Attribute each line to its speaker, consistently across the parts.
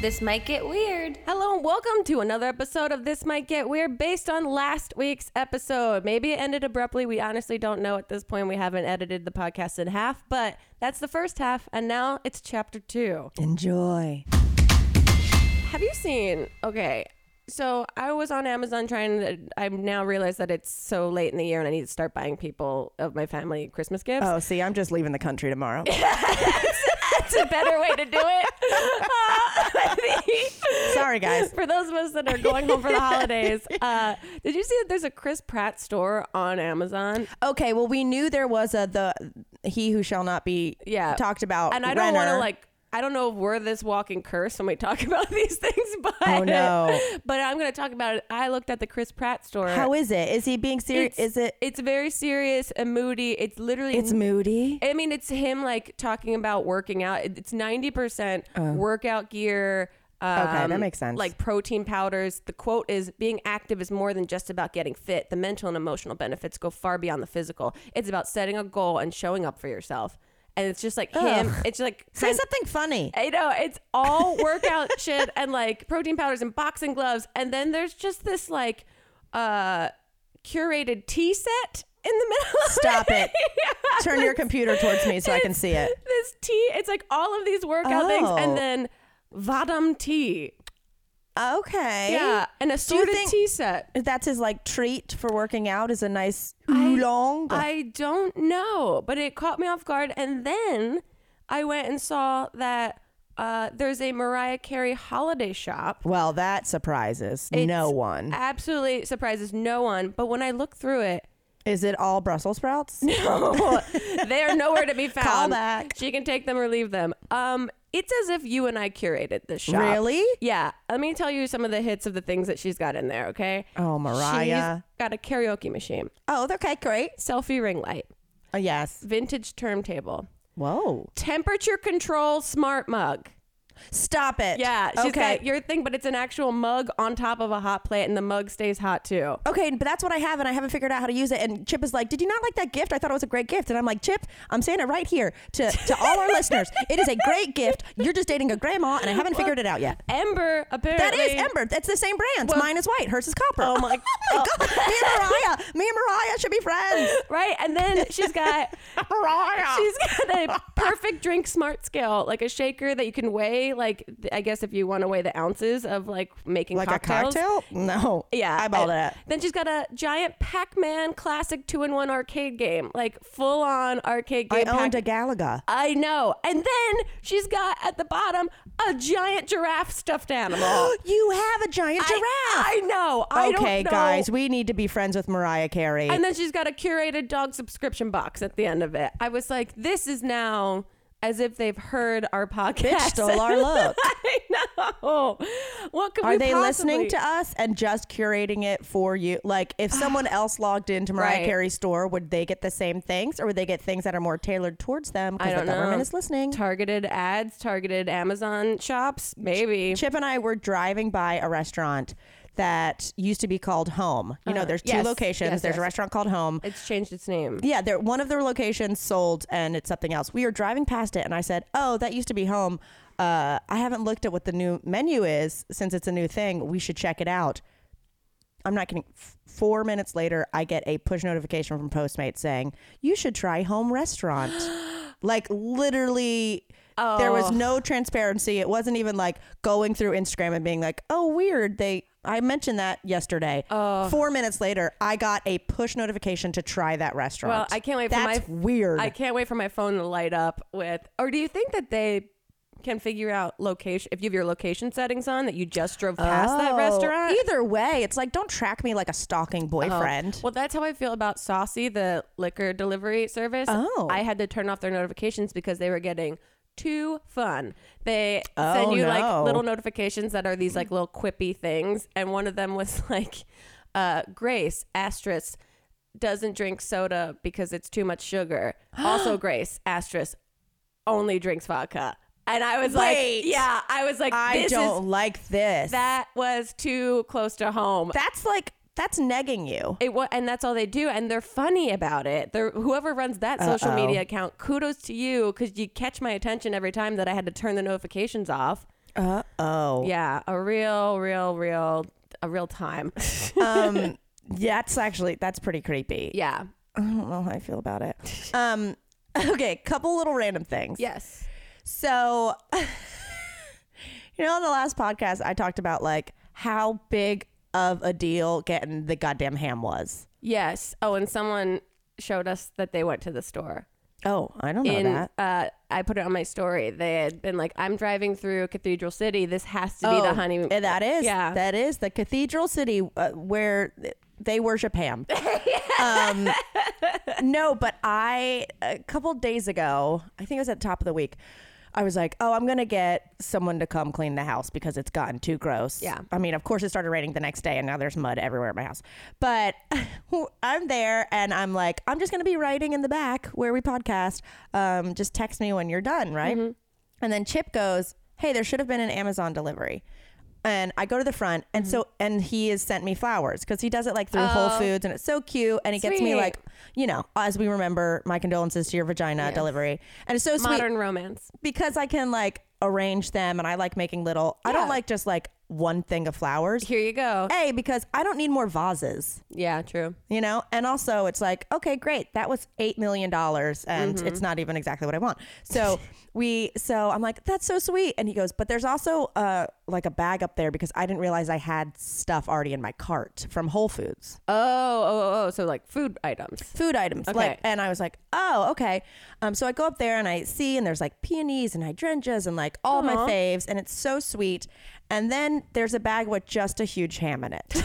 Speaker 1: This might get weird.
Speaker 2: Hello and welcome to another episode of This Might Get Weird based on last week's episode. Maybe it ended abruptly. We honestly don't know at this point. We haven't edited the podcast in half, but that's the first half. And now it's chapter two.
Speaker 3: Enjoy.
Speaker 2: Have you seen? Okay. So I was on Amazon trying to. I now realize that it's so late in the year and I need to start buying people of my family Christmas gifts.
Speaker 3: Oh, see, I'm just leaving the country tomorrow.
Speaker 2: That's a better way to do it.
Speaker 3: Sorry, guys.
Speaker 2: for those of us that are going home for the holidays, uh, did you see that there's a Chris Pratt store on Amazon?
Speaker 3: Okay, well, we knew there was a the he who shall not be
Speaker 2: Yeah.
Speaker 3: talked about.
Speaker 2: And I don't want to
Speaker 3: Renner.
Speaker 2: like. I don't know if we're this walking curse when we talk about these things, but
Speaker 3: Oh, no.
Speaker 2: but I'm going to talk about it. I looked at the Chris Pratt store.
Speaker 3: How is it? Is he being serious?
Speaker 2: It's-
Speaker 3: Is it?
Speaker 2: It's very serious and moody. It's literally.
Speaker 3: It's moody.
Speaker 2: I mean, it's him like talking about working out. It- It's ninety percent workout gear. Um,
Speaker 3: Oh. that makes sense.
Speaker 2: Like protein powders. The quote is being active is more than just about getting fit. The mental and emotional benefits go far beyond the physical. It's about setting a goal and showing up for yourself. And it's just like him. It's like
Speaker 3: Say something funny.
Speaker 2: I know it's all workout shit and like protein powders and boxing gloves, and then there's just this like uh curated tea set in the middle. of
Speaker 3: Stop it.
Speaker 2: Yeah.
Speaker 3: Turn your computer towards me so I can see it.
Speaker 2: This tea, it's like all of these workout things,
Speaker 3: Oh.
Speaker 2: and then Vadam tea.
Speaker 3: Okay.
Speaker 2: Yeah, an assorted
Speaker 3: Eh? think-
Speaker 2: tea set.
Speaker 3: That's his like treat for working out is a nice oolong.
Speaker 2: I don't know, but it caught me off guard. And then I went and saw that uh, there's a Mariah Carey holiday shop.
Speaker 3: well, that surprises
Speaker 2: It's
Speaker 3: no one.
Speaker 2: Absolutely surprises no one. But when I look through it,
Speaker 3: Is it all Brussels sprouts?
Speaker 2: they are nowhere to be found.
Speaker 3: back.
Speaker 2: She can take them or leave them. Um, it's as if you and I curated this shop.
Speaker 3: Really?
Speaker 2: Yeah. Let me tell you some of the hits of the things that she's got in there. Okay.
Speaker 3: Oh, Mariah.
Speaker 2: She's got a karaoke machine,
Speaker 3: Oh, okay, great.
Speaker 2: selfie ring light,
Speaker 3: Uh, yes.
Speaker 2: vintage turntable,
Speaker 3: Whoa.
Speaker 2: temperature control smart mug.
Speaker 3: Stop it.
Speaker 2: Yeah, she's
Speaker 3: okay.
Speaker 2: got your thing, but it's an actual mug on top of a hot plate, and the mug stays hot too.
Speaker 3: okay, but that's what I have, and I haven't figured out how to use it. And Chip is like, "Did you not like that gift? I thought it was a great gift." And I'm like, "Chip, I'm saying it right here to to all our listeners. It is a great gift. You're just dating a grandma, and I haven't figured it out yet."
Speaker 2: Ember
Speaker 3: That
Speaker 2: apparently
Speaker 3: is Ember. That's the same brand. Mine is white. Hers is copper.
Speaker 2: Oh my-
Speaker 3: oh my god! Me and Mariah. Me and Mariah should be friends.
Speaker 2: right? And then she's got
Speaker 3: Mariah.
Speaker 2: she's got a perfect drink smart scale, like a shaker that you can weigh. Like th- I guess if you want to weigh the ounces of like making
Speaker 3: like
Speaker 2: cocktails.
Speaker 3: a cocktail? No.
Speaker 2: Yeah,
Speaker 3: I bought
Speaker 2: I-
Speaker 3: that.
Speaker 2: Then she's got a giant Pac-Man classic two-in-one arcade game, like full-on arcade
Speaker 3: I
Speaker 2: game.
Speaker 3: owned
Speaker 2: Pac-
Speaker 3: a Galaga.
Speaker 2: I know. And then she's got at the bottom a giant giraffe stuffed animal.
Speaker 3: you have a giant giraffe.
Speaker 2: I, I know. I don't
Speaker 3: Oh. okay,
Speaker 2: know.
Speaker 3: guys, we need to be friends with Mariah Carey.
Speaker 2: And then she's got a curated dog subscription box at the end of it. I was like, this is now as if they've heard our podcast.
Speaker 3: Bitch stole our look.
Speaker 2: I know. What could
Speaker 3: Are
Speaker 2: we
Speaker 3: they
Speaker 2: possibly-
Speaker 3: listening to us and just curating it for you? Like, if someone else logged into Mariah
Speaker 2: Ah. Right.
Speaker 3: Carey's store, would they get the same things, or would they get things that are more tailored towards them?
Speaker 2: I
Speaker 3: Because the
Speaker 2: don't
Speaker 3: government
Speaker 2: know.
Speaker 3: is listening.
Speaker 2: Targeted ads, targeted Amazon shops, maybe.
Speaker 3: Chip and I were driving by a restaurant that used to be called Home. You know, there's two
Speaker 2: Uh, yes,
Speaker 3: locations.
Speaker 2: yes,
Speaker 3: there's a
Speaker 2: yes.
Speaker 3: restaurant called Home.
Speaker 2: It's changed its name.
Speaker 3: Yeah, there one of their locations sold and it's something else. We were driving past it and I said, "Oh, that used to be home. Uh, I haven't looked at what the new menu is since it's a new thing. We should check it out." I'm not kidding. F- Four minutes later, I get a push notification from Postmates saying, "You should try Home Restaurant." like literally. There
Speaker 2: Oh.
Speaker 3: was no transparency. It wasn't even like going through Instagram and being like, "Oh, weird." They I mentioned that yesterday.
Speaker 2: Oh.
Speaker 3: Four minutes later, I got a push notification to try that restaurant.
Speaker 2: Well, I can't wait for
Speaker 3: That's
Speaker 2: my-
Speaker 3: weird.
Speaker 2: I can't wait for my phone to light up with. Or do you think that they can figure out location if you have your location settings on that you just drove past that
Speaker 3: Oh,
Speaker 2: restaurant? Oh.
Speaker 3: Either way, it's like don't track me like a stalking boyfriend.
Speaker 2: Well, that's how I feel about Saucy, the liquor delivery service.
Speaker 3: Oh.
Speaker 2: I had to turn off their notifications because they were getting too fun. They send
Speaker 3: Oh,
Speaker 2: you
Speaker 3: no.
Speaker 2: like little notifications that are these like little quippy things. And one of them was like, uh, Grace, asterisk, doesn't drink soda because it's too much sugar. also, Grace, asterisk, only drinks vodka. And I was
Speaker 3: Wait.
Speaker 2: like, yeah, I was like,
Speaker 3: I
Speaker 2: this
Speaker 3: don't
Speaker 2: is,
Speaker 3: like this.
Speaker 2: that was too close to home.
Speaker 3: that's like that's negging you.
Speaker 2: It wa- and that's all they do, and they're funny about it. They're, whoever runs that social media account, kudos to you because you catch my attention every time that I had to turn the notifications off.
Speaker 3: Uh oh.
Speaker 2: Yeah, a real, real, real, a real time.
Speaker 3: Um, yeah, that's actually that's pretty creepy.
Speaker 2: yeah.
Speaker 3: I don't know how I feel about it. Um, okay, couple little random things.
Speaker 2: Yes.
Speaker 3: So, you know, on the last podcast, I talked about like how big of a deal getting the goddamn ham was.
Speaker 2: Yes. Oh, and someone showed us that they went to the store.
Speaker 3: Oh, I don't know
Speaker 2: In
Speaker 3: that.
Speaker 2: uh, I put it on my story. They had been like, "I'm driving through Cathedral City. This has to be the honeymoon."
Speaker 3: eh, That is,
Speaker 2: Yeah.
Speaker 3: that is the cathedral city uh, where th- they worship ham. um, no, but I a couple days ago, I think it was at the top of the week. I was like, oh, I'm gonna get someone to come clean the house because it's gotten too gross.
Speaker 2: Yeah.
Speaker 3: I mean, of course, it started raining the next day, and now there's mud everywhere at my house. But I'm there, and I'm like, I'm just gonna be writing in the back where we podcast. Um, just text me when you're done, right?
Speaker 2: Mm-hmm.
Speaker 3: And then Chip goes, Hey, there should have been an Amazon delivery. And I go to the front, and
Speaker 2: Mm-hmm.
Speaker 3: so and he has sent me flowers because he does it like through Whole Foods, and it's so cute, and he gets
Speaker 2: Oh.
Speaker 3: me
Speaker 2: Sweet.
Speaker 3: like, you know, as we remember, my condolences to your vagina delivery, and it's so sweet
Speaker 2: Modern romance.
Speaker 3: because I can like arrange them, and I like making little. I don't
Speaker 2: Yeah.
Speaker 3: like just like one thing of flowers.
Speaker 2: Here you go.
Speaker 3: A because I don't need more vases,
Speaker 2: Yeah, true.
Speaker 3: you know, and also it's like, okay, great, that was eight million dollars, and it's not even exactly what I want. So we, so I'm like, that's so sweet, and he goes, but there's also uh like a bag up there because I didn't realize I had stuff already in my cart from Whole Foods.
Speaker 2: Oh, oh, oh. So like food items.
Speaker 3: food items. Like,
Speaker 2: Okay.
Speaker 3: and I was like, oh, okay. Um, so I go up there and I see, and there's like peonies and hydrangeas and like all my faves, and it's so sweet. And then there's a bag with just a huge ham in it.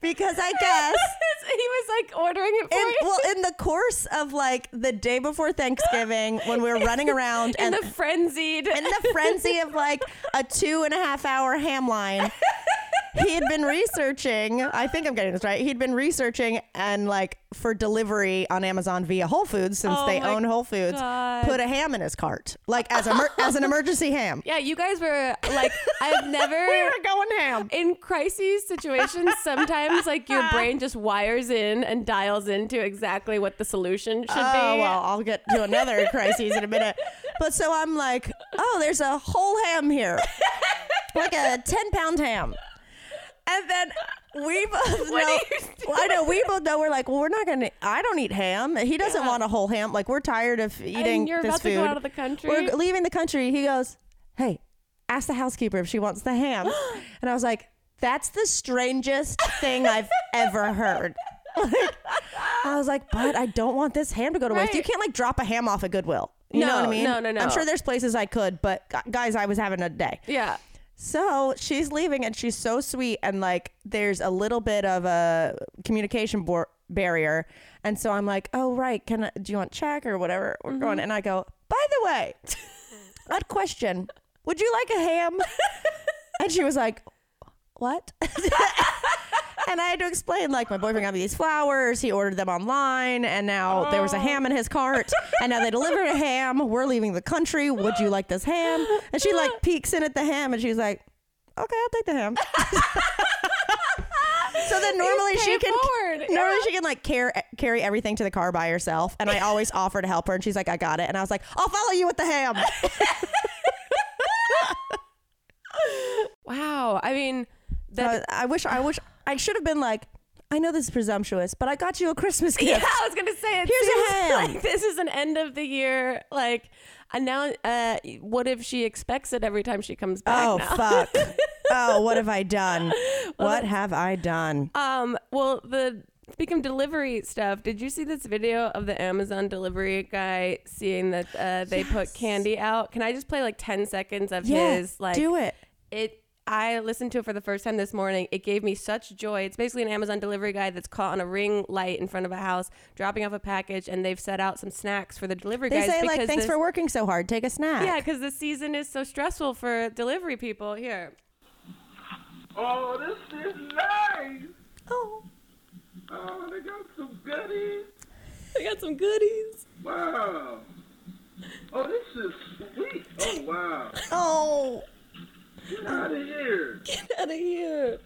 Speaker 3: because I guess.
Speaker 2: he was like ordering it for
Speaker 3: In,
Speaker 2: you.
Speaker 3: well, in the course of like the day before Thanksgiving, when we were running around
Speaker 2: in
Speaker 3: and
Speaker 2: the frenzied.
Speaker 3: in the frenzy of like a two and a half hour ham line. He had been researching, I think I'm getting this right. He'd been researching and like for delivery on Amazon via Whole Foods since
Speaker 2: Oh
Speaker 3: they
Speaker 2: my
Speaker 3: own Whole Foods,
Speaker 2: God.
Speaker 3: put a ham in his cart, like as a mer- as an emergency ham.
Speaker 2: yeah, you guys were like, I've never.
Speaker 3: We were going ham.
Speaker 2: in crises situations, sometimes like your brain just wires in and dials into exactly what the solution should
Speaker 3: Oh,
Speaker 2: be.
Speaker 3: well, I'll get to another crisis in a minute. But so I'm like, oh, there's a whole ham here, like a 10 pound ham. And then we both
Speaker 2: What
Speaker 3: know.
Speaker 2: are you
Speaker 3: Well, I know we both know. We're like, well, we're not gonna. I don't eat ham. He doesn't want a whole ham. Like we're tired of eating
Speaker 2: you're
Speaker 3: this
Speaker 2: about to
Speaker 3: food.
Speaker 2: go out of the country?
Speaker 3: We're leaving the country. He goes, hey, ask the housekeeper if she wants the ham. and I was like, that's the strangest thing I've ever heard. Like, I was like, but I don't want this ham to go to waste. You
Speaker 2: Right.
Speaker 3: can't like drop a ham off at Goodwill. You know
Speaker 2: No,
Speaker 3: what I mean?
Speaker 2: no, no, no.
Speaker 3: I'm sure there's places I could, but gu- guys, I was having a day.
Speaker 2: yeah.
Speaker 3: So she's leaving and she's so sweet and like there's a little bit of a communication bor- barrier. And so I'm like, "Oh right, can I, do you want check or whatever we're
Speaker 2: Mm-hmm.
Speaker 3: going?" And I go, "By the way, odd question. Would you like a ham?" and she was like, "What?" and I had to explain like my boyfriend got me these flowers, he ordered them online and now there was a ham in his cart and now they delivered a ham. We're leaving the country. Would you like this ham? And she like peeks in at the ham and she's like, "Okay, I'll take the ham." so then normally
Speaker 2: pay
Speaker 3: she
Speaker 2: it
Speaker 3: can
Speaker 2: forward.
Speaker 3: normally she can like care, carry everything to the car by herself and I always offer to help her and she's like, "I got it." And I was like, "I'll follow you with the ham."
Speaker 2: Wow. I mean, that.
Speaker 3: I, I wish I wish I should have been like, "I know this is presumptuous, but I got you a Christmas gift."
Speaker 2: yeah, I was gonna say it
Speaker 3: Here's a
Speaker 2: seems
Speaker 3: ham.
Speaker 2: like this is an end of the year. Like, and now, uh, what if she expects it every time she comes back?
Speaker 3: Oh
Speaker 2: now?
Speaker 3: fuck. oh, what have I done? what have I done?
Speaker 2: Um, well, the speaking of delivery stuff, did you see this video of the Amazon delivery guy seeing that uh, they put candy out? Can I just play like ten seconds of
Speaker 3: Yeah,
Speaker 2: his like
Speaker 3: do it.
Speaker 2: it I listened to it for the first time this morning. It gave me such joy. It's basically an Amazon delivery guy that's caught on a ring light in front of a house, dropping off a package, and they've set out some snacks for the delivery
Speaker 3: They
Speaker 2: guys.
Speaker 3: say like,
Speaker 2: because
Speaker 3: "Thanks
Speaker 2: this-
Speaker 3: for working so hard. Take a snack."
Speaker 2: yeah, because the season is so stressful for delivery people. Here,
Speaker 1: Oh, this is nice.
Speaker 3: Oh.
Speaker 1: Oh, they got some goodies.
Speaker 2: I got some goodies.
Speaker 1: Wow. Oh, this is sweet. Oh, wow.
Speaker 3: Oh.
Speaker 1: Get out of here.
Speaker 2: Get out of here!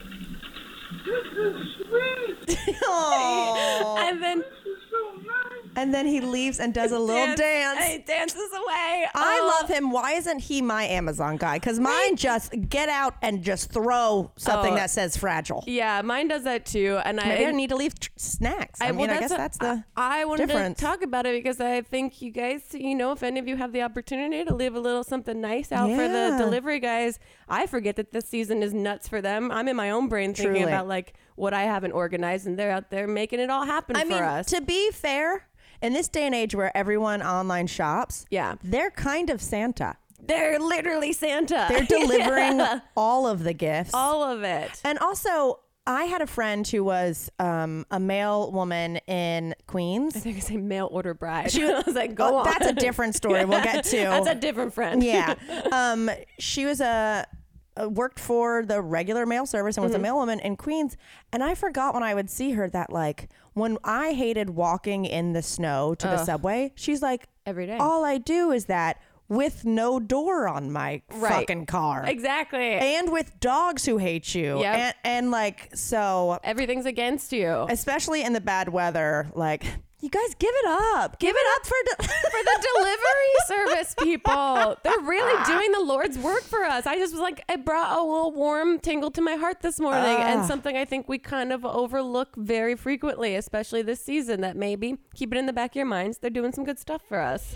Speaker 1: This is sweet.
Speaker 3: Oh.
Speaker 2: And then
Speaker 1: This is so nice.
Speaker 3: And then he leaves and does a little
Speaker 2: Dance-
Speaker 3: dance.
Speaker 2: He dances away.
Speaker 3: I
Speaker 2: Oh.
Speaker 3: love him. Why isn't he my Amazon guy? Because mine just get out and just throw something
Speaker 2: Oh.
Speaker 3: that says fragile.
Speaker 2: Yeah, mine does that too, and I
Speaker 3: Maybe I need to leave tr- snacks. I, mean,
Speaker 2: well,
Speaker 3: I guess
Speaker 2: what-
Speaker 3: that's the.
Speaker 2: I, I wanted
Speaker 3: difference.
Speaker 2: to talk about it because I think you guys, you know, if any of you have the opportunity to leave a little something nice out for
Speaker 3: Yeah.
Speaker 2: the delivery guys, I forget that this season is nuts for them. I'm in my own brain thinking
Speaker 3: Truly.
Speaker 2: about like what I haven't organized, and they're out there making it all happen
Speaker 3: I
Speaker 2: for
Speaker 3: mean,
Speaker 2: us.
Speaker 3: to be fair, in this day and age where everyone online shops,
Speaker 2: Yeah.
Speaker 3: they're kind of Santa.
Speaker 2: they're literally Santa.
Speaker 3: They're delivering all of the gifts.
Speaker 2: all of it.
Speaker 3: And also, I had a friend who was um, a male woman in Queens.
Speaker 2: They're gonna say mail order bride. I was like, go
Speaker 3: Oh,
Speaker 2: on.
Speaker 3: That's a different story. We'll get to.
Speaker 2: That's a different friend.
Speaker 3: yeah. Um, she was a, uh worked for the regular mail service and was
Speaker 2: Mm-hmm.
Speaker 3: a mailwoman in Queens. And I forgot when I would see her that like when I hated walking in the snow to the subway, she's like
Speaker 2: Every day.
Speaker 3: All I do is that with no door on my
Speaker 2: Right.
Speaker 3: fucking car.
Speaker 2: exactly.
Speaker 3: And with dogs who hate you.
Speaker 2: Yep.
Speaker 3: And and like so
Speaker 2: Everything's against you.
Speaker 3: especially in the bad weather, like you guys give it up. Give, it up, for de-
Speaker 2: for the delivery service people. They're really doing the Lord's work for us. I just was like, it brought a little warm tingle to my heart this morning, and something I think we kind of overlook very frequently, especially this season. That maybe keep it in the back of your minds. They're doing some good stuff for us.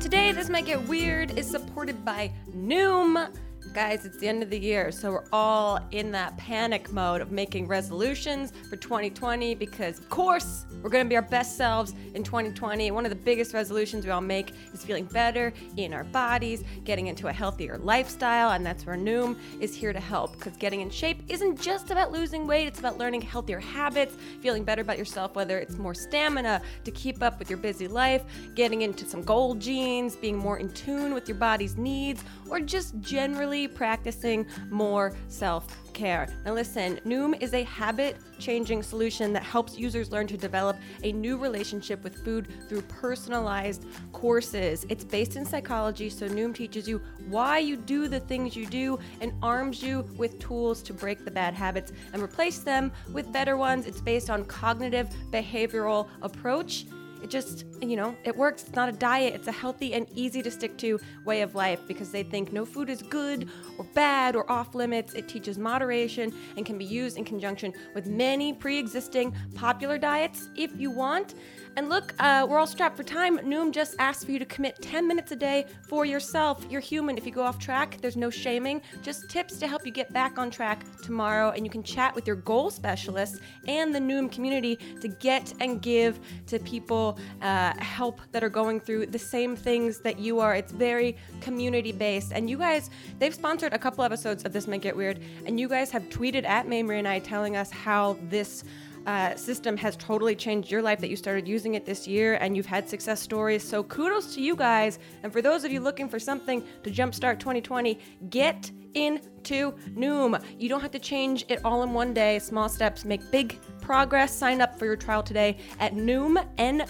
Speaker 2: Today, This Might Get Weird is supported by Noom. Guys, it's the end of the year, so we're all in that panic mode of making resolutions for 2020 because, of course, we're going to be our best selves in 2020. One of the biggest resolutions we all make is feeling better in our bodies, getting into a healthier lifestyle, and that's where Noom is here to help because getting in shape isn't just about losing weight, it's about learning healthier habits, feeling better about yourself, whether it's more stamina to keep up with your busy life, getting into some gold jeans, being more in tune with your body's needs, or just generally practicing more self care. Now, listen, Noom is a habit changing solution that helps users learn to develop a new relationship with food through personalized courses. It's based in psychology, so Noom teaches you why you do the things you do and arms you with tools to break the bad habits and replace them with better ones. It's based on cognitive behavioral approach. It just, you know, it works. It's not a diet. It's a healthy and easy to stick to way of life because they think no food is good or bad or off limits. It teaches moderation and can be used in conjunction with many pre existing popular diets if you want. And look, uh, we're all strapped for time. Noom just asks for you to commit 10 minutes a day for yourself. You're human. If you go off track, there's no shaming. Just tips to help you get back on track tomorrow. And you can chat with your goal specialists and the Noom community to get and give to people uh, help that are going through the same things that you are. It's very community based. And you guys, they've sponsored a couple episodes of This Might Get Weird. And you guys have tweeted at Mamrie and I telling us how this uh, system has totally changed your life that you started using it this year and you've had success stories. So kudos to you guys. And for those of you looking for something to jumpstart 2020, get into Noom. You don't have to change it all in one day. Small steps make big progress. Sign up for your trial today at Noom,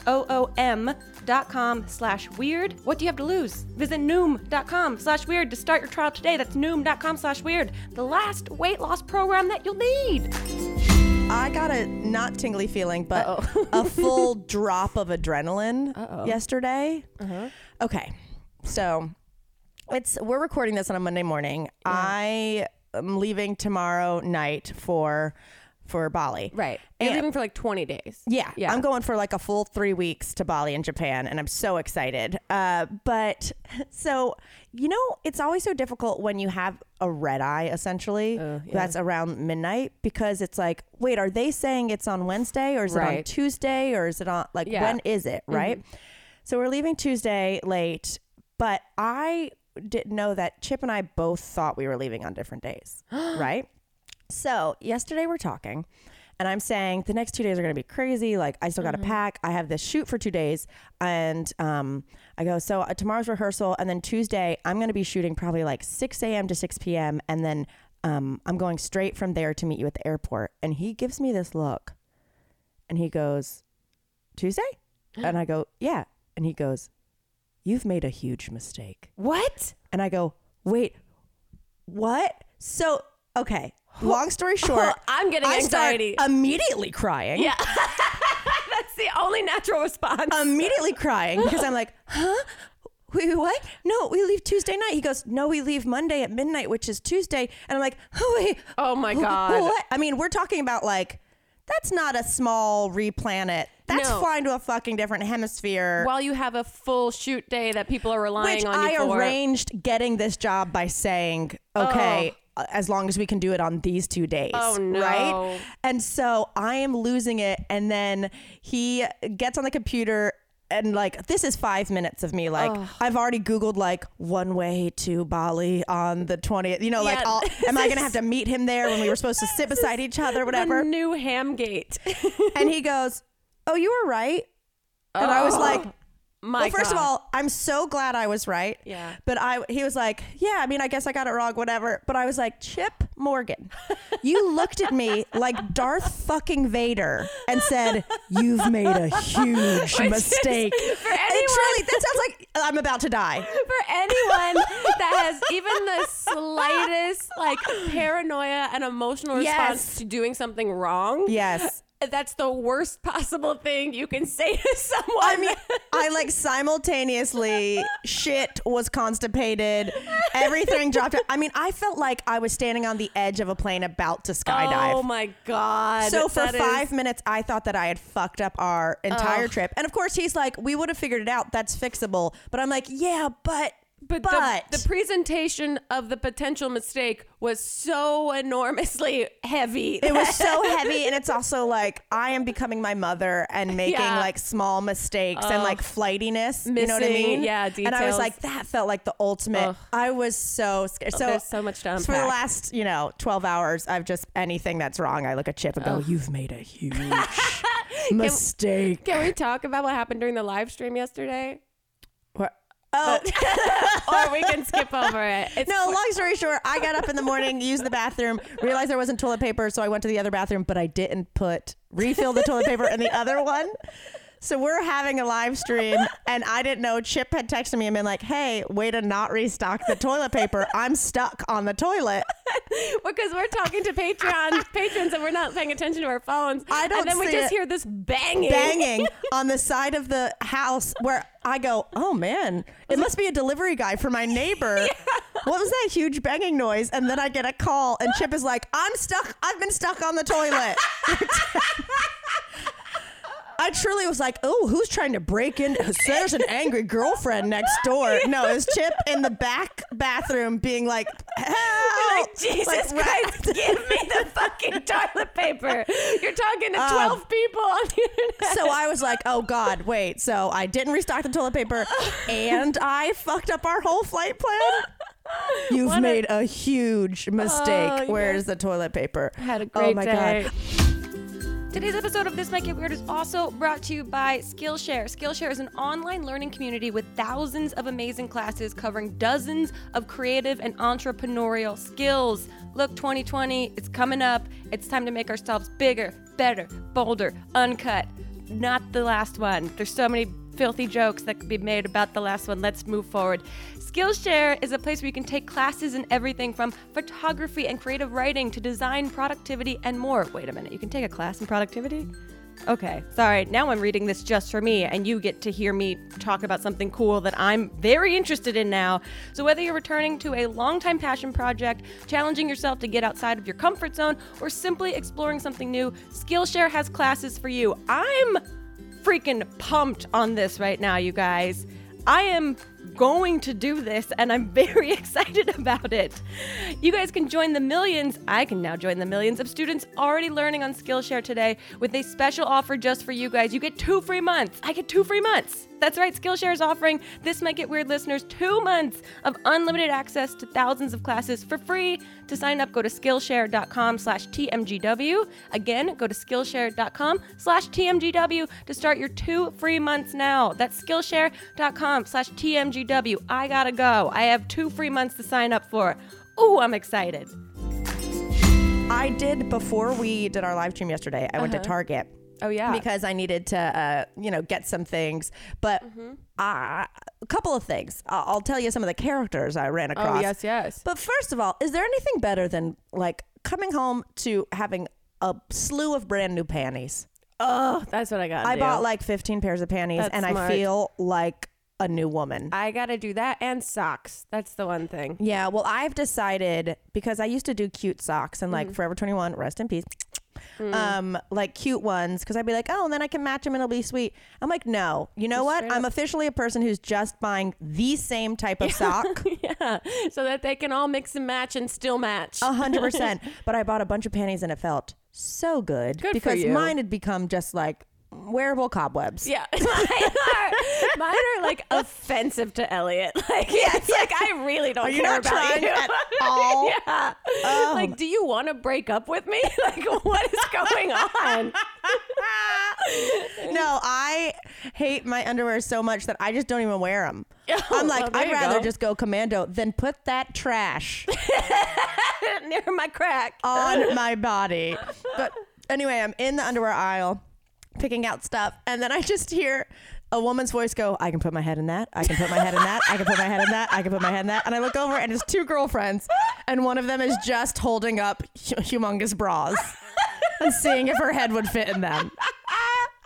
Speaker 2: N-O-O-M dot com slash weird. What do you have to lose? Visit Noom.com slash weird to start your trial today. That's Noom.com slash weird. The last weight loss program that you'll need.
Speaker 3: I got a not tingly feeling, but a full drop of adrenaline yesterday. Okay, so it's we're recording this on a Monday morning. I am leaving tomorrow night for for Bali.
Speaker 2: Right. You're
Speaker 3: You're Yeah. leaving
Speaker 2: leaving for like 20 days.
Speaker 3: Yeah,
Speaker 2: Yeah.
Speaker 3: I'm going for like a full three weeks to Bali in Japan, and I'm so excited. Uh, but so you know, it's always so difficult when you have a red eye, essentially.
Speaker 2: Oh,
Speaker 3: That's around midnight because it's like, wait, are they saying it's on Wednesday or is it on
Speaker 2: Right.
Speaker 3: Tuesday or is it on like
Speaker 2: Yeah. Mm-hmm.
Speaker 3: when is it right? So we're leaving Tuesday late, but I didn't know that Chip and I both thought we were leaving on different days, right? So yesterday we're talking, and I'm saying the next two days are going to be crazy. Like I still got to pack. I have this shoot for two days, and um, I go so uh, tomorrow's rehearsal, and then Tuesday I'm going to be shooting probably like 6 a.m. to 6 p.m. and then um, I'm going straight from there to meet you at the airport. And he gives me this look, and he goes, Tuesday, and I go, yeah, and he goes, you've made a huge mistake.
Speaker 2: What?
Speaker 3: And I go, wait, what? So, okay. Long story short,
Speaker 2: I'm getting
Speaker 3: I start
Speaker 2: anxiety.
Speaker 3: immediately crying.
Speaker 2: Yeah. the only natural response.
Speaker 3: immediately crying because I'm like, huh? We what? No, we leave Tuesday night. He goes, no, we leave Monday at midnight, which is Tuesday. And I'm like, oh wait,
Speaker 2: Oh, my
Speaker 3: wh-
Speaker 2: God.
Speaker 3: What? I mean, we're talking about like, that's not a small replanet. That's
Speaker 2: No.
Speaker 3: flying to a fucking different hemisphere.
Speaker 2: While you have a full shoot day that people are relying
Speaker 3: which
Speaker 2: on you
Speaker 3: I
Speaker 2: for.
Speaker 3: arranged getting this job by saying, okay, as long as we can do it on these two days.
Speaker 2: Oh, no.
Speaker 3: Right? And so I am losing it. And then he gets on the computer and like this is five minutes of me like i've already googled like one way to bali on the 20th you know like
Speaker 2: Yeah,
Speaker 3: all, am i
Speaker 2: this
Speaker 3: gonna have to meet him there when we were supposed to sit beside each other whatever
Speaker 2: The new Hamgate.
Speaker 3: and he goes oh you were right and i was
Speaker 2: Oh.
Speaker 3: like
Speaker 2: my
Speaker 3: well, first of
Speaker 2: God.
Speaker 3: all, I'm so glad I was right.
Speaker 2: Yeah.
Speaker 3: But I, he was like, yeah, I mean, I guess I got it wrong, whatever. But I was like, Chip Morgan, you looked at me like Darth fucking Vader and said, you've made a huge mistake.
Speaker 2: for
Speaker 3: And
Speaker 2: anyone
Speaker 3: truly, that sounds like I'm about to die.
Speaker 2: for anyone that has even the slightest like paranoia and emotional response
Speaker 3: Yes.
Speaker 2: to doing something wrong.
Speaker 3: Yes.
Speaker 2: That's the worst possible thing you can say to someone.
Speaker 3: I mean, I like simultaneously shit was constipated, everything dropped out. I mean, I felt like I was standing on the edge of a plane about to skydive.
Speaker 2: oh my god.
Speaker 3: So for
Speaker 2: That is-
Speaker 3: five minutes, I thought that I had fucked up our entire trip, and of course he's like, "We would have figured it out. That's fixable." But I'm like, "Yeah, but
Speaker 2: but,
Speaker 3: but,
Speaker 2: the- the, presentation of the potential mistake was so enormously heavy.
Speaker 3: it was so heavy, and it's also like I am becoming my mother and making
Speaker 2: Yeah.
Speaker 3: like small mistakes and like flightiness. you know what I
Speaker 2: Missing,
Speaker 3: mean?
Speaker 2: yeah,
Speaker 3: And I
Speaker 2: details.
Speaker 3: was like, that felt like the ultimate.
Speaker 2: Ugh.
Speaker 3: I was so scared. So
Speaker 2: there's so much to
Speaker 3: For the
Speaker 2: unpack.
Speaker 3: last, you know, twelve hours, I've just anything that's wrong, I look at Chip and go, "You've made a huge mistake."
Speaker 2: Can we talk about what happened during the live stream yesterday?
Speaker 3: What? Oh.
Speaker 2: Or we can skip over it. It's
Speaker 3: No, long story short, I got up in the morning, used the bathroom, realized there wasn't toilet paper, so I went to the other bathroom, but I didn't put refill the toilet paper in the other one. So we're having a live stream, and I didn't know. Chip had texted me and been like, "Hey, way to not restock the toilet paper. I'm stuck on the toilet."
Speaker 2: because we're talking to Patreon patrons and we're not paying attention to our phones.
Speaker 3: I don't
Speaker 2: And then we
Speaker 3: see
Speaker 2: just
Speaker 3: it.
Speaker 2: hear this banging.
Speaker 3: Banging on the side of the house where I go, "Oh man, it must be a delivery guy for my neighbor." What was that huge banging noise? And then I get a call, and Chip is like, "I'm stuck. I've been stuck on the toilet." I truly was like, oh, who's trying to break in? So there's an angry girlfriend next door. No, it was Chip in the back bathroom being like, help.
Speaker 2: Like, Jesus
Speaker 3: Oh, Like, ra-
Speaker 2: Christ, give me the fucking toilet paper. You're talking to
Speaker 3: Um,
Speaker 2: 12 people on the internet.
Speaker 3: So I was like, oh God, wait. So I didn't restock the toilet paper and I fucked up our whole flight plan. You've
Speaker 2: What a-
Speaker 3: made a, huge mistake.
Speaker 2: Oh, you
Speaker 3: Where's the toilet paper?
Speaker 2: Had a great
Speaker 3: oh my
Speaker 2: day.
Speaker 3: God.
Speaker 4: Today's episode of This Might Get Weird is also brought to you by Skillshare. Skillshare is an online learning community with thousands of amazing classes covering dozens of creative and entrepreneurial skills. Look, 2020, it's coming up. It's time to make ourselves bigger, better, bolder, uncut. Not the last one. There's so many filthy jokes that could be made about the last one. Let's move forward. Skillshare is a place where you can take classes in everything from photography and creative writing to design, productivity, and more. Wait a minute, you can take a class in productivity? Okay, sorry. Now I'm reading this just for me, and you get to hear me talk about something cool that I'm very interested in now. So, whether you're returning to a longtime passion project, challenging yourself to get outside of your comfort zone, or simply exploring something new, Skillshare has classes for you. I'm freaking pumped on this right now, you guys. I am going to do this and I'm very excited about it. You guys can join the millions, I can now join the millions of students already learning on Skillshare today with a special offer just for you guys. You get two free months. I get two free months. That's right, Skillshare is offering This Might Get Weird listeners two months of unlimited access to thousands of classes for free. To sign up, go to Skillshare.com slash TMGW. Again, go to Skillshare.com slash TMGW to start your two free months now. That's Skillshare.com slash TMGW. I gotta go. I have two free months to sign up for. Ooh, I'm excited.
Speaker 3: I did before we did our live stream yesterday. I went to Target.
Speaker 2: Oh, yeah.
Speaker 3: because I needed to, uh, you know, get some things. But
Speaker 2: Mm-hmm.
Speaker 3: I- a couple of things. I'll, I'll tell you some of the characters I ran across.
Speaker 2: Oh, yes, yes.
Speaker 3: But first of all, is there anything better than like coming home to having a slew of brand new panties?
Speaker 2: Oh, that's what I got.
Speaker 3: I
Speaker 2: do.
Speaker 3: bought like 15 pairs of panties
Speaker 2: That's
Speaker 3: and
Speaker 2: smart.
Speaker 3: I feel like a new woman.
Speaker 2: I gotta do that and socks. That's the one thing.
Speaker 3: yeah, well, I've decided because I used to do cute socks and
Speaker 2: Mm-hmm.
Speaker 3: like Forever 21, rest in peace.
Speaker 2: Mm.
Speaker 3: Um, like cute ones because I'd be like, oh, and then I can match them and it'll be sweet. I'm like, no, you know what? I'm officially a person who's just buying the same type of sock.
Speaker 2: yeah, so that they can all mix and match and still match.
Speaker 3: A hundred percent. But I bought a bunch of panties and it felt so good.
Speaker 2: Good for
Speaker 3: because
Speaker 2: you.
Speaker 3: mine had become just like wearable cobwebs.
Speaker 2: Yeah, mine are, mine are like offensive to Elliot. Like it's like I really don't
Speaker 3: Are you
Speaker 2: care
Speaker 3: not
Speaker 2: about
Speaker 3: trying
Speaker 2: you.
Speaker 3: at all? Um.
Speaker 2: yeah, like do you want to break up with me? Like what is going on?
Speaker 3: No, I hate my underwear so much that I just don't even wear them.
Speaker 2: Oh,
Speaker 3: I'm
Speaker 2: well,
Speaker 3: like,
Speaker 2: there
Speaker 3: I'd
Speaker 2: you
Speaker 3: rather
Speaker 2: go.
Speaker 3: just go commando than put that trash
Speaker 2: Near my crack.
Speaker 3: on my body. But anyway, I'm in the underwear aisle picking out stuff, and then I just hear a woman's voice go, I can put my head in that. I can put my head in that. I can put my head in that. I can put my head in that. And I look over, and it's two girlfriends, and one of them is just holding up hu- humongous bras and seeing if her head would fit in them.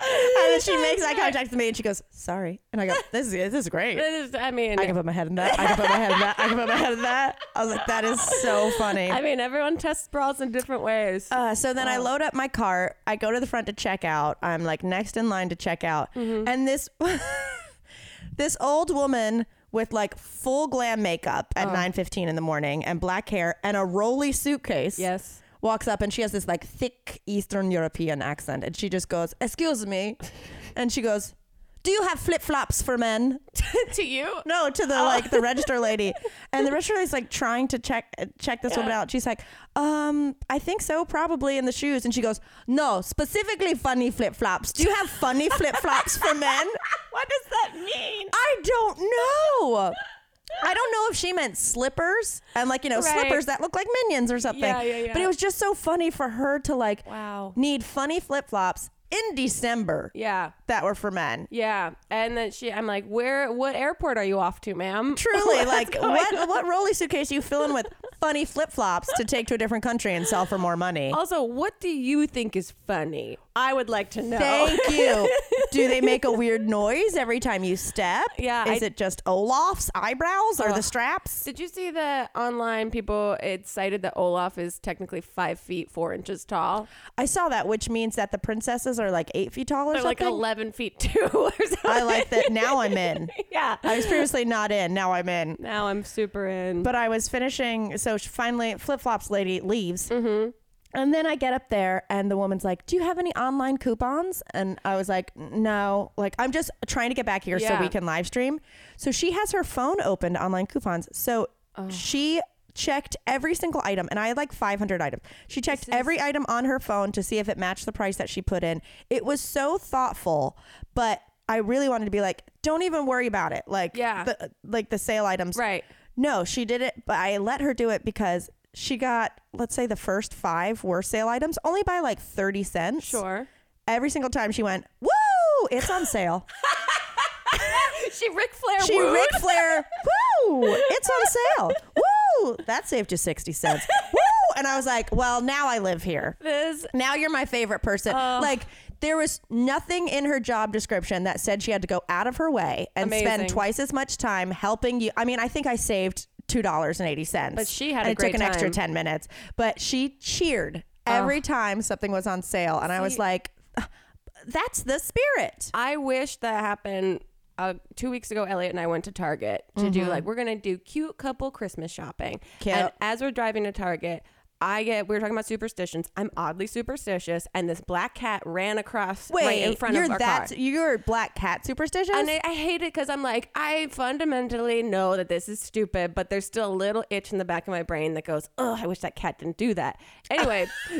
Speaker 3: And then she makes eye contact with me, and she goes, Sorry. And I go, This is, this is great.
Speaker 2: This is- I mean,
Speaker 3: I can put my head in that. I can put my head in that. I can put my head in that. I was like, That is so funny.
Speaker 2: I mean, everyone tests bras in different ways.
Speaker 3: Uh, so then I load up my cart. I go to the front to check out. I'm like next in line to check out, and this this old woman with like full glam makeup at 9:15 in the morning and black hair and a rolly suitcase.
Speaker 2: Yes.
Speaker 3: Walks up and she has this like thick Eastern European accent and she just goes, "Excuse me." And she goes, "Do you have flip-flops for men?"
Speaker 2: to you,
Speaker 3: No, to
Speaker 2: Oh.
Speaker 3: the like the register lady, and the register lady's like trying to check uh, check this woman out. She's like, um, I think so, probably in the shoes. And she goes, No, specifically funny flip flops. Do you have funny flip flops for men?
Speaker 2: what does that mean?
Speaker 3: I don't know. I don't know if she meant slippers and like you know
Speaker 2: Right.
Speaker 3: slippers that look like minions or something.
Speaker 2: Yeah, yeah, yeah.
Speaker 3: But it was just so funny for her to like
Speaker 2: Wow.
Speaker 3: need funny flip flops in December
Speaker 2: Yeah.
Speaker 3: that were for men.
Speaker 2: Yeah, and then she, I'm like, where? What airport are you off to, ma'am?
Speaker 3: Truly, like what what rolly suitcase are you filling with funny flip flops to take to a different country and sell for more money?
Speaker 2: Also, what do you think is funny? I would like to know.
Speaker 3: Thank you. Do they make a weird noise every time you step?
Speaker 2: Yeah,
Speaker 3: Is
Speaker 2: I-
Speaker 3: it just Olaf's eyebrows or the
Speaker 2: Ugh.
Speaker 3: straps?
Speaker 2: Did you see that online people? It cited that Olaf is technically five feet four inches tall.
Speaker 3: I saw that, which means that the princesses are like eight feet tall or
Speaker 2: They're like
Speaker 3: something.
Speaker 2: eleven feet two or something.
Speaker 3: I like that. Now I'm in.
Speaker 2: yeah.
Speaker 3: I was previously not in. Now I'm in.
Speaker 2: now I'm super in.
Speaker 3: But I was finishing, so she finally flip flops lady leaves.
Speaker 2: Mm-hmm.
Speaker 3: And then I get up there, and the woman's like, "Do you have any online coupons?" And I was like, "No, like I'm just trying to get back here
Speaker 2: Yeah.
Speaker 3: so we can live stream." So she has her phone open to online coupons. So she checked every single item, and I had like 500 items. She checked every item on her phone to see if it matched the price that she put in. It was so thoughtful, but I really wanted to be like, "Don't even worry about it." Like,
Speaker 2: Yeah.
Speaker 3: the, like the sale items,
Speaker 2: Right.
Speaker 3: no, she did it, but I let her do it because she got, let's say, the first five were sale items only by like 30 cents.
Speaker 2: sure.
Speaker 3: Every single time she went, woo, it's on sale.
Speaker 2: She Ric Flair.
Speaker 3: she
Speaker 2: wooed.
Speaker 3: Ric Flair, woo, it's on sale. Woo, that saved you 60 cents. Woo. And I was like, well, now I live here.
Speaker 2: this.
Speaker 3: Now you're my favorite person. like, there was nothing in her job description that said she had to go out of her way and
Speaker 2: Amazing.
Speaker 3: spend twice as much time helping you. I mean, I think I saved two dollars and eighty cents.
Speaker 2: But she had
Speaker 3: and
Speaker 2: a
Speaker 3: it
Speaker 2: great
Speaker 3: took an extra
Speaker 2: time.
Speaker 3: ten minutes. But she cheered every time something was on sale, and I was like, "That's the spirit."
Speaker 2: I wish that happened. Uh, two weeks ago, Elliot and I went to Target to do like we're gonna do cute couple Christmas shopping.
Speaker 3: Mm-hmm. Cute.
Speaker 2: And as we're driving to Target, I get we were talking about superstitions. I'm oddly superstitious, and this black cat ran across
Speaker 3: Wait,
Speaker 2: right in front
Speaker 3: you're
Speaker 2: of our
Speaker 3: that
Speaker 2: car.
Speaker 3: you're black cat superstitious.
Speaker 2: And I, I hate it because I'm like, I fundamentally know that this is stupid, but there's still a little itch in the back of my brain that goes, oh, I wish that cat didn't do that. Anyway, so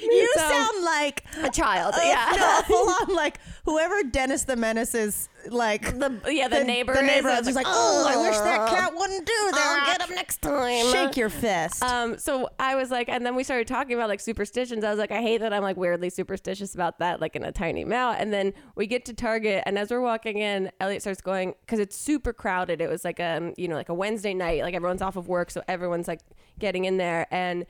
Speaker 3: you
Speaker 2: so- Uh,
Speaker 3: sound like
Speaker 2: a child.
Speaker 3: Oh,
Speaker 2: yeah.
Speaker 3: no, full on like whoever Dennis the Menace is like
Speaker 2: The- yeah, the neighbor
Speaker 3: The
Speaker 2: is, uh,
Speaker 3: neighbor
Speaker 2: and it's
Speaker 3: is just
Speaker 2: like,
Speaker 3: like, oh, I wish
Speaker 2: "Ugh,
Speaker 3: that cat wouldn't do that.
Speaker 2: I'll get him next time.
Speaker 3: Shake your fist.
Speaker 2: Um, so I was like, and then we started talking about like superstitions. I was like, I hate that I'm like weirdly superstitious about that, like in a tiny amount. And then we get to Target, and as we're walking in, Elliot starts going because it's super crowded. It was like um, you know, like a Wednesday night, like everyone's off of work, so everyone's like getting in there. And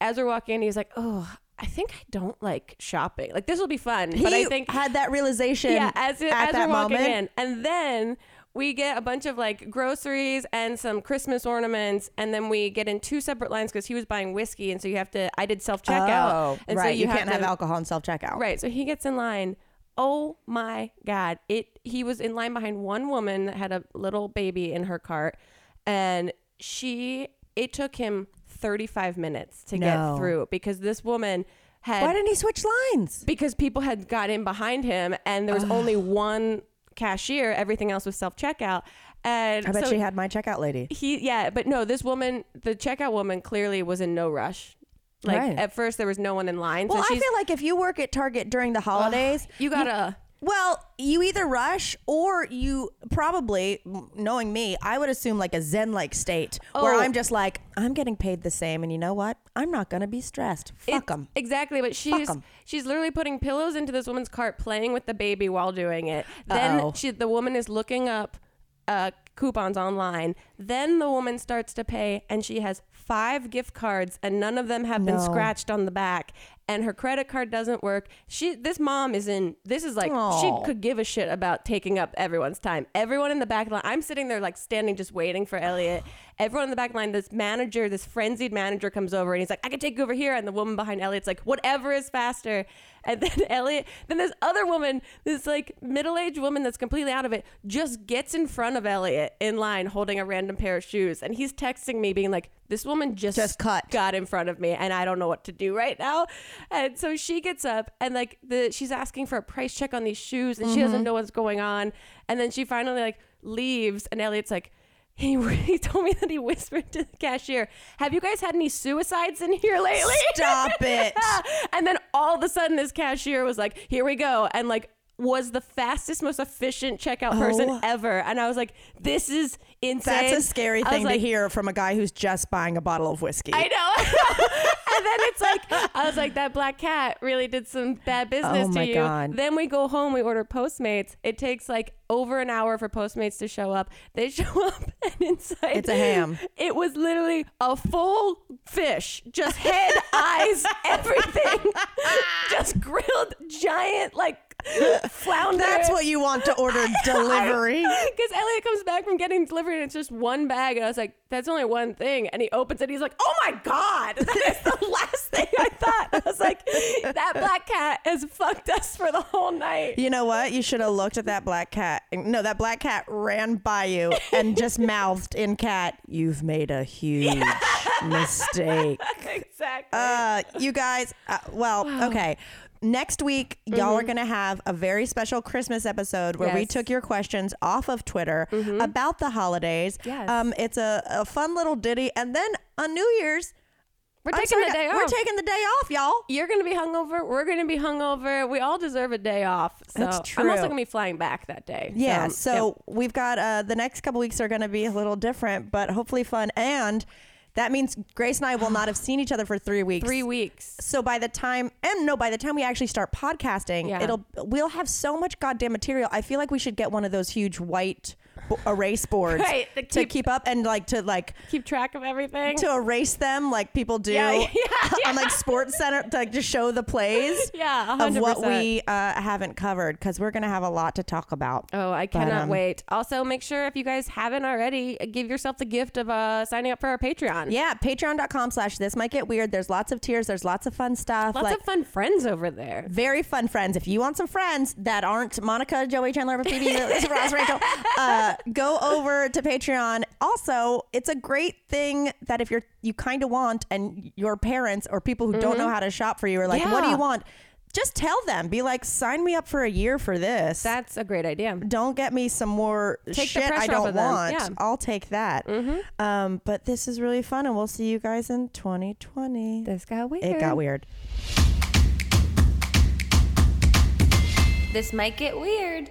Speaker 2: as we're walking in, he's like, oh. I think I don't like shopping. Like this will be fun, but I
Speaker 3: He
Speaker 2: think
Speaker 3: had that realization.
Speaker 2: yeah, as it,
Speaker 3: at
Speaker 2: as
Speaker 3: that
Speaker 2: we're walking
Speaker 3: moment.
Speaker 2: in, and then we get a bunch of like groceries and some Christmas ornaments, and then we get in two separate lines because he was buying whiskey, and so you have to. I did self checkout,
Speaker 3: Oh,
Speaker 2: and
Speaker 3: right.
Speaker 2: so
Speaker 3: you, can't have
Speaker 2: to-
Speaker 3: alcohol in self checkout.
Speaker 2: Right. So he gets in line. Oh my God. It he was in line behind one woman that had a little baby in her cart and she it took him 35 minutes to
Speaker 3: No.
Speaker 2: get through because this woman had
Speaker 3: Why didn't he switch lines?
Speaker 2: because people had got in behind him and there was only one cashier, everything else was self-checkout. And
Speaker 3: I bet
Speaker 2: so
Speaker 3: she had my checkout lady.
Speaker 2: he yeah but no this woman the checkout woman clearly was in no rush like
Speaker 3: Right.
Speaker 2: at first there was no one in line
Speaker 3: Well,
Speaker 2: so
Speaker 3: I
Speaker 2: she's
Speaker 3: feel like if you work at Target during the holidays,
Speaker 2: you gotta
Speaker 3: well, you either rush or you probably, m- knowing me, I would assume like a zen like state where
Speaker 2: Oh.
Speaker 3: I'm just like, I'm getting paid the same. And you know what? I'm not going to be stressed. Fuck
Speaker 2: It's-
Speaker 3: them.
Speaker 2: Exactly, but she's
Speaker 3: 'em.
Speaker 2: she's literally putting pillows into this woman's cart, playing with the baby while doing it.
Speaker 3: Uh-oh.
Speaker 2: Then she, the woman is looking up uh, coupons online. Then the woman starts to pay, and she has five gift cards, and none of them have been
Speaker 3: No.
Speaker 2: scratched on the back. And her credit card doesn't work. She this mom is in this is like
Speaker 3: Aw.
Speaker 2: she could give a shit about taking up everyone's time. Everyone in the back line. I'm sitting there like standing just waiting for Elliot. Everyone in the back line, this manager, this frenzied manager comes over and he's like, I can take you over here. And the woman behind Elliot's like, whatever is faster. And then Elliot, then this other woman, this like middle aged woman that's completely out of it, just gets in front of Elliot in line holding a random pair of shoes. And he's texting me, being like, this woman just,
Speaker 3: Just cut.
Speaker 2: got in front of me and I don't know what to do right now. And so she gets up and like the she's asking for a price check on these shoes and she
Speaker 3: Mm-hmm.
Speaker 2: doesn't know what's going on. And then she finally like leaves and Elliot's like he, he told me that he whispered to the cashier, "Have you guys had any suicides in here lately?"
Speaker 3: Stop it.
Speaker 2: and then all of a sudden this cashier was like, "Here we go." And like was the fastest, most efficient checkout
Speaker 3: Oh.
Speaker 2: person ever. And I was like, "This is insane."
Speaker 3: That's a scary
Speaker 2: I was
Speaker 3: thing to
Speaker 2: like,
Speaker 3: hear from a guy who's just buying a bottle of whiskey.
Speaker 2: I know. and then it's like I was like, that black cat really did some bad business
Speaker 3: Oh my
Speaker 2: to you.
Speaker 3: God.
Speaker 2: Then we go home, we order Postmates. It takes like over an hour for Postmates to show up. They show up and inside
Speaker 3: It's a ham.
Speaker 2: It was literally a full fish. Just head, eyes, everything. just grilled giant like flounder.
Speaker 3: That's what you want to order delivery.
Speaker 2: Because Elliot comes back from getting delivery and it's just one bag. And I was like, that's only one thing. And he opens it. He's like, oh my God. That is the last thing I thought. I was like, that black cat has fucked us for the whole night.
Speaker 3: You know what? You should have looked at that black cat. No, that black cat ran by you and just mouthed in cat, "You've made a huge mistake."
Speaker 2: exactly.
Speaker 3: Uh, you guys, uh, well, okay. Next week, y'all are going to have a very special Christmas episode where we
Speaker 2: Mm-hmm. Yes. Mm-hmm.
Speaker 3: took your questions off of Twitter about the holidays.
Speaker 2: Yes.
Speaker 3: Um, it's a, a fun little ditty. And then on New Year's,
Speaker 2: we're
Speaker 3: I'm
Speaker 2: taking
Speaker 3: sorry,
Speaker 2: the day
Speaker 3: we're
Speaker 2: off.
Speaker 3: taking the day off, y'all.
Speaker 2: You're going to be hungover. We're going to be hungover. We all deserve a day off. So
Speaker 3: That's
Speaker 2: I'm also
Speaker 3: true.
Speaker 2: going to be flying back that day.
Speaker 3: Yeah.
Speaker 2: um,
Speaker 3: So we've got uh, the next couple weeks are going to be a little different, but hopefully fun. And that means Grace and I will not have seen each other for three weeks.
Speaker 2: three weeks.
Speaker 3: So by the time, and no, by the time we actually start podcasting,
Speaker 2: Yeah.
Speaker 3: it'll we'll have so much goddamn material. I feel like we should get one of those huge white bo- erase boards
Speaker 2: Right,
Speaker 3: to
Speaker 2: to
Speaker 3: keep,
Speaker 2: keep-
Speaker 3: up and like to like
Speaker 2: Keep track of everything.
Speaker 3: to erase them like people do
Speaker 2: Yeah, yeah,
Speaker 3: on like Sports Center to like just show the plays.
Speaker 2: yeah, 100%.
Speaker 3: Of what we uh, haven't covered, because we're going to have a lot to talk about.
Speaker 2: Oh, I
Speaker 3: But,
Speaker 2: cannot
Speaker 3: um,
Speaker 2: wait. Also, make sure if you guys haven't already, give yourself the gift of uh, signing up for our Patreon.
Speaker 3: Yeah, patreon.com slash this might get weird. There's lots of tiers, there's lots of fun stuff.
Speaker 2: Lots
Speaker 3: like
Speaker 2: of fun friends over there.
Speaker 3: very fun friends. If you want some friends that aren't Monica, Joey, Chandler, Phoebe, Lisa, Ross, Rachel, uh, go over to Patreon. Also, it's a great thing that if you're you kind of want and your parents or people who don't know how to shop for you are like, what
Speaker 2: Mm-hmm.
Speaker 3: do
Speaker 2: Yeah.
Speaker 3: you want? Just tell them. Be like, sign me up for a year for this.
Speaker 2: That's a great idea.
Speaker 3: don't get me some more
Speaker 2: the
Speaker 3: shit I
Speaker 2: pressure
Speaker 3: don't
Speaker 2: off of them.
Speaker 3: want.
Speaker 2: Yeah. Mm-hmm.
Speaker 3: I'll take that. Um, but this is really fun, and we'll see you guys in 2020.
Speaker 2: This got weird.
Speaker 3: It got weird.
Speaker 4: This might get weird.